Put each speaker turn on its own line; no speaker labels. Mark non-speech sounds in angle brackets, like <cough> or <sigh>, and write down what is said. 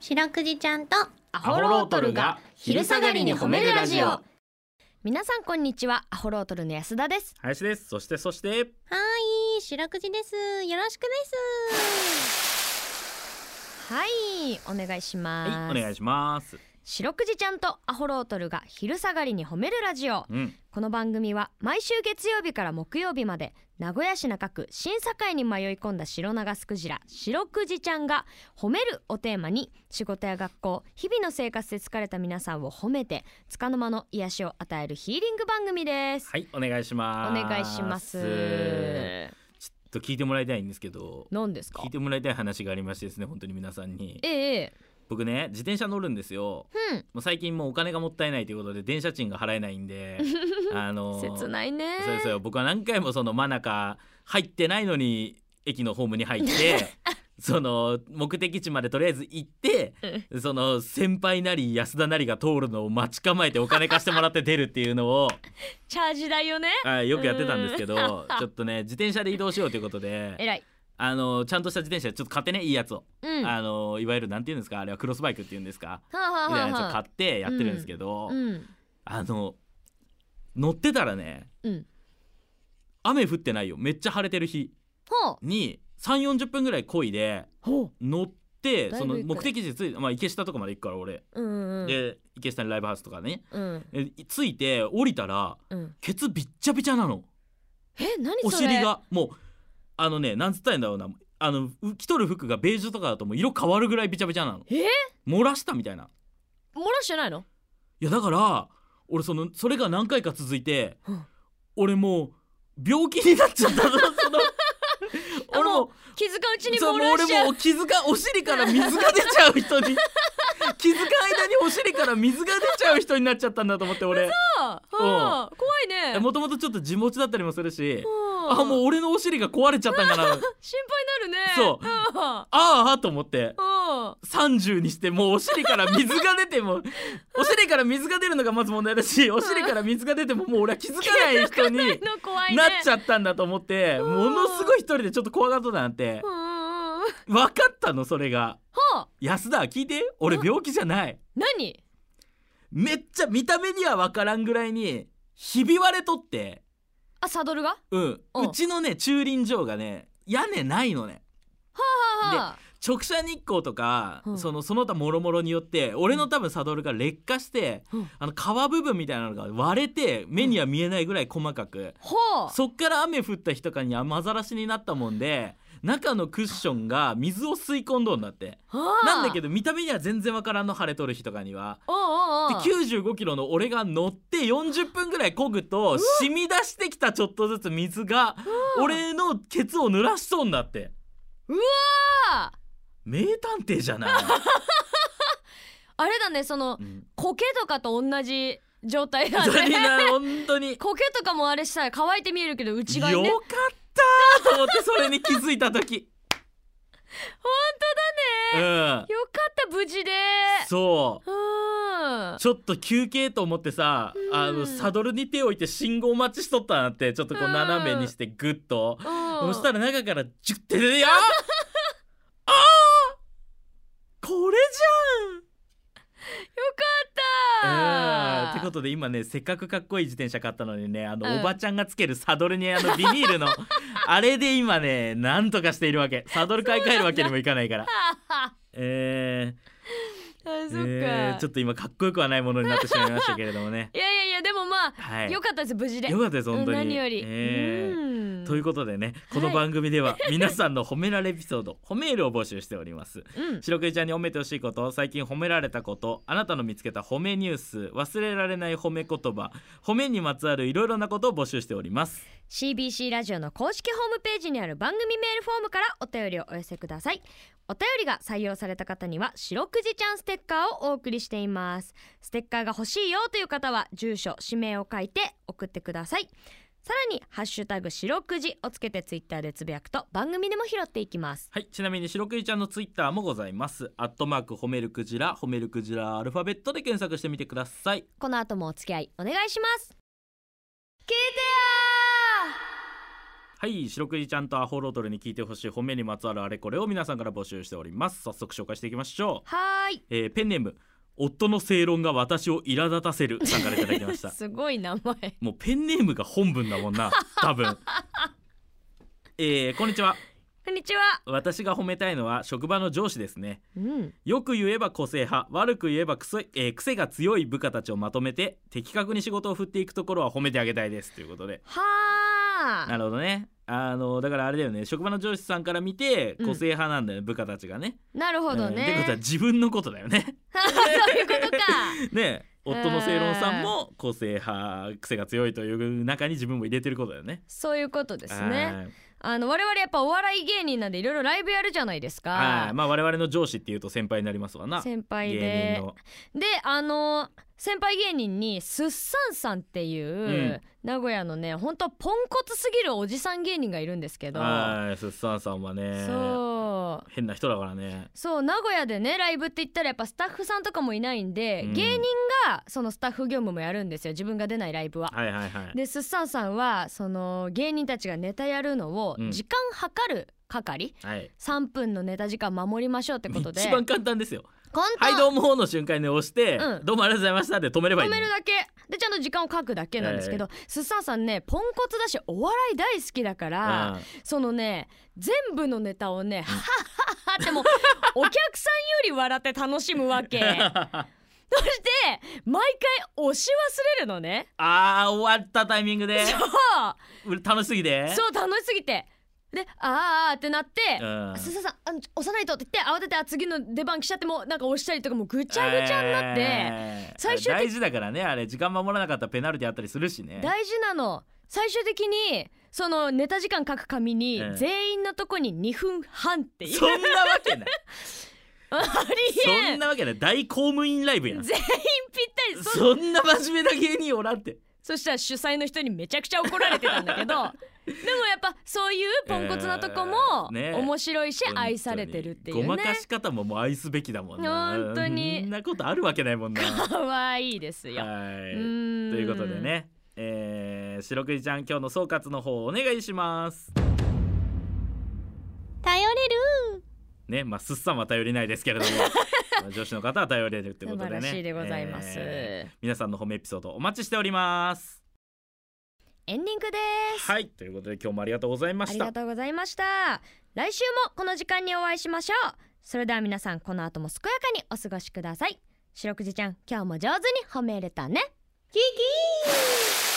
白くじちゃんと
ア
ホロートルが昼下がりに褒めるラジオ
皆さんこんにちはアホロートルの安田です
林ですそしてそして
はい白くじですよろしくです
はいお願いします、
はいお願いします
白くじちゃんとアホロートルが昼下がりに褒めるラジオ
うん
この番組は毎週月曜日から木曜日まで名古屋市中区審査会に迷い込んだ白長スクジラ白くじちゃんが「褒める」をテーマに仕事や学校日々の生活で疲れた皆さんを褒めて束の間の癒しを与えるヒーリング番組です、
はいお願いし
お
ます
願いします
ちょっと聞いてもらいたいんですけど
何ですか
聞いてもらいたい話がありましてですね本当に皆さんに
ええ
僕ね自転車乗るんですよ
うん
もう最近もうお金がもったいないということで電車賃が払えないん <laughs> であの
切ないね
そうですよ僕は何回もその真中入ってないのに駅のホームに入って
<laughs>
その目的地までとりあえず行ってその先輩なり安田なりが通るのを待ち構えてお金貸してもらって出るっていうのを、
チャージ代よね
はい、よくやってたんですけど
うん
ちょっとね自転車で移動しようということで
えらい
あのちゃんとした自転車ちょっと買ってねいいやつを、
うんは
あのいわゆるなんていうんですかあれはクロスバイクっていうんですか
あはあ
みたいなやつ
は
を
あ
買ってやってるんですけど、
うん
あの乗ってたらね
うん
雨降ってないよめっちゃ晴れてる日
ほう
に3 4 0分ぐらい漕いで
ほう
乗って
だいぶ
その
行く
目的地ついまあ、池下とかまで行くから俺、
うんうん
で池下にライブハウスとかね
うん
えついて降りたら
うん
ケツびっちゃびちゃなの
え何それ
お尻がもうあのねなんつったらいいんだろうなあのう着とる服がベージュとかだともう色変わるぐらいびちゃびちゃなの
え
漏らしたみたいな
漏らしてないの
いやだから俺そのそれが何回か続いて、
うん
俺もう病気になっちゃったの
<laughs>
その
あ
俺
もう
も
気づかんうちに
そう
漏
もう
らしち
俺
ゃう
も気づかお尻から水が出ちゃう人
<laughs>
に気づかん間にお尻から水が出ちゃう人になっちゃったんだと思って俺
はあはあ怖いね
もともとちょっと地持ちだったりもするし
は
あもう俺のお尻が壊れちゃったんかな
心配になるね
そう
は
ああと思って
あうん
30にしてもうお尻から水が出
<laughs>
てもお尻から水が出るのがまず問題だしお尻から水が出てももう俺は気づかない人に
の怖いね
なっちゃったんだと思って
うん
ものすごい一人でちょっと怖がっとったなんて
うんうんうん
分かったのそれが
はあ
安田聞いて俺病気じゃない
何
めっちゃ見た目には分からんぐらいにひび割れとって
あサドルがは
うん
うん
うちのね駐輪場がね屋根ないのね
あはあ
直射日光とか、
うん
そのその他もろもろによって俺の多分サドルが劣化して、
うん
あの皮部分みたいなのが割れて目には見えないぐらい細かく、
ほう
そっから雨降った日とかに雨ざらしになったもんで中のクッションが水を吸い込んどんだってなんだけ
ど
ど見た目には全然わからんの晴れとる日とかには。
おうおう
で
おう
95キロの俺が乗って40分ぐらい漕ぐと染み出してきたちょっとずつ水が俺のケツを濡らしそうになって
あ
名探偵じゃ <laughs> ない、
あれだねその
うん
苔とかと同じ状態だ
本当
<laughs>
に
ね
な本当に
苔とかもあれしたら乾いて見えるけど内側に
よ
ね
かったと思ってそれに気づいた <laughs> 時本当だね
よかった無事で
うんそう
うん
ちょっと休憩と思ってさ、
うん
あのサドルに手を置いて信号待ちしとったなってちょっとこう
うん
斜めにしてグッと、
うん
そしたら中からジュッて出て「ああーこれ
よ
じ
か
ゃん!」
った
ってことで今ねせっかくかっこいい自転車買ったのにねあの、
うん
おばちゃんがつけるサドルにあのビ
<laughs>
ニールのあれで今ねなんとかしているわけサドル買い替えるわけにもいかないから。
<laughs> あ
えー
そっか、。
えーちょっと今かっこよくはないものになってしまいましたけれどもね
いやいやいやでもまあ、
はい、
よかったです無事で
よかったです本当に。
何より、
えー
うん
ということでねこの
はい
番組
<laughs>
では皆さんの褒められエピソード、褒めールを募集しております
うん
白くじちゃんに褒めてほしいこと最近褒められたことあなたの見つけた褒めニュース忘れられない褒め言葉褒めにまつわるいろいろなことを募集しております
CBC ラジオの公式ホームページにある番組メールフォームからお便りをお寄せくださいお便りが採用された方には白くじちゃんステッカーをお送りしていますステッカーが欲しいよという方は住所氏名を書いて送ってくださいさらにハッシュタグ白くじをつけてツイッターでつぶやくと番組でも拾っていきます
はいちなみに白くじちゃんのツイッターもございますアットマーク褒めるクジラ褒めるクジラアルファベットで検索してみてください
この後もお付き合いお願いします聞いてよ
はい白くじちゃんとアホロトルに聞いてほしい褒めにまつわるあれこれを皆さんから募集しております早速紹介していきましょう、
はーい
えーペンネーム夫の正論が私を苛立たせるさんからいただき
<laughs>
ました
すごい名前
もうペンネームが本文だもんな多
<laughs>
分えー、こんにちは
こんにちは
私が褒めたいのは職場の上司ですね
うん
よく言えば個性派悪く言えばくそい、えー癖が強い部下たちをまとめて的確に仕事を振っていくところは褒めてあげたいですということで
は
な
あ
るほどねあのだからあれだよね職場の上司さんから見て
うん
個性派なんだよね、部下たちがね。
なるほど
うんってことは
ね、
自分のことだよね。
<laughs> そういう
<laughs>
ことか
ね夫の正論さんも個性派癖が強いという中に自分も入れてることだよね。
そういうことです
は
ね
い
あの我々やっぱお笑い芸人なんでいろいろライブやるじゃないです
はい
か
まあ我々の上司っていうと先輩になりますわな。
先輩
芸
で
人の
であの先輩芸人にすっさんさんっていう、
ん
名古屋のね本当ポンコツすぎるおじさん芸人がいるんですけど、
はいすっさんさんはね
そう
変な人だからね。
そう名古屋でねライブって言ったらやっぱスタッフさんとかもいないんで、
うん
芸人がそのスタッフ業務もやるんですよ自分が出ないライブは。
はいはいはい。
でスッサンさんはその芸人たちがネタやるのを
うん
時間計る係、
はい。
3分のネタ時間守りましょうってことで
一番簡単ですよ。
簡
は
単
いどうもの瞬間に押して、
うん
どうもありがとうございましたで止めればい
止
いの
め
に、
るだけでちゃんと時間を書くだけなんですけど、すっさんさんねポンコツだしお笑い大好きだから、
うん
そのね全部のネタをね、はっはっはってもうお客さんより笑って楽しむわけそして <laughs> 毎回押し忘れるのね
<laughs> あー終わったタイミングで
そう
楽しすぎて
そう楽しすぎてであーあーってなって
う、ん
すっさんさんあのちょ押さないとって言って慌ててあ次の出番来ちゃってもうなんか押したりとかもうぐちゃぐちゃになって、
えー
最終的
大事だからねあれ時間守らなかったらペナルティあったりするしね
大事なの最終的にそのネタ時間書く紙に
ええ
全員のとこに2分半っていう、
そんなわけない
<laughs> ありえ
そ
ん
んなわけない大公務員ライブやん
全員ぴったりそ
そんな真面目な芸人おらんって
そしたら主催の人にめちゃくちゃ怒られてたんだ
<laughs>
けどでもやっぱそういうポンコツなとこも
ええね
面白いし愛されてるってい
本当
う
にごま
ね
かし方ももう愛すべきだもんな
本当に
そんなことあるわけな
<laughs>
いもんなは
可愛いですよ。
い
と
とい
いう
ことでね、えー、白くじちゃん今日の総括の方お願いします
頼れる
ねまあすっさんは頼りないですけれど
<laughs>
もまあ女子の方は頼れるってこ
素
とで
晴
ね
らしいでございます、
えー皆さんの褒めエピソードお待ちしております
エンディングでーす
はいということで今日もありがとうございま
あ
し
り
た
がとうございました来週もこの時間にお会いしましょうそれでは皆さんこの後も健やかにお過ごしください白くじちゃん今日も上手に褒め入れたねキキー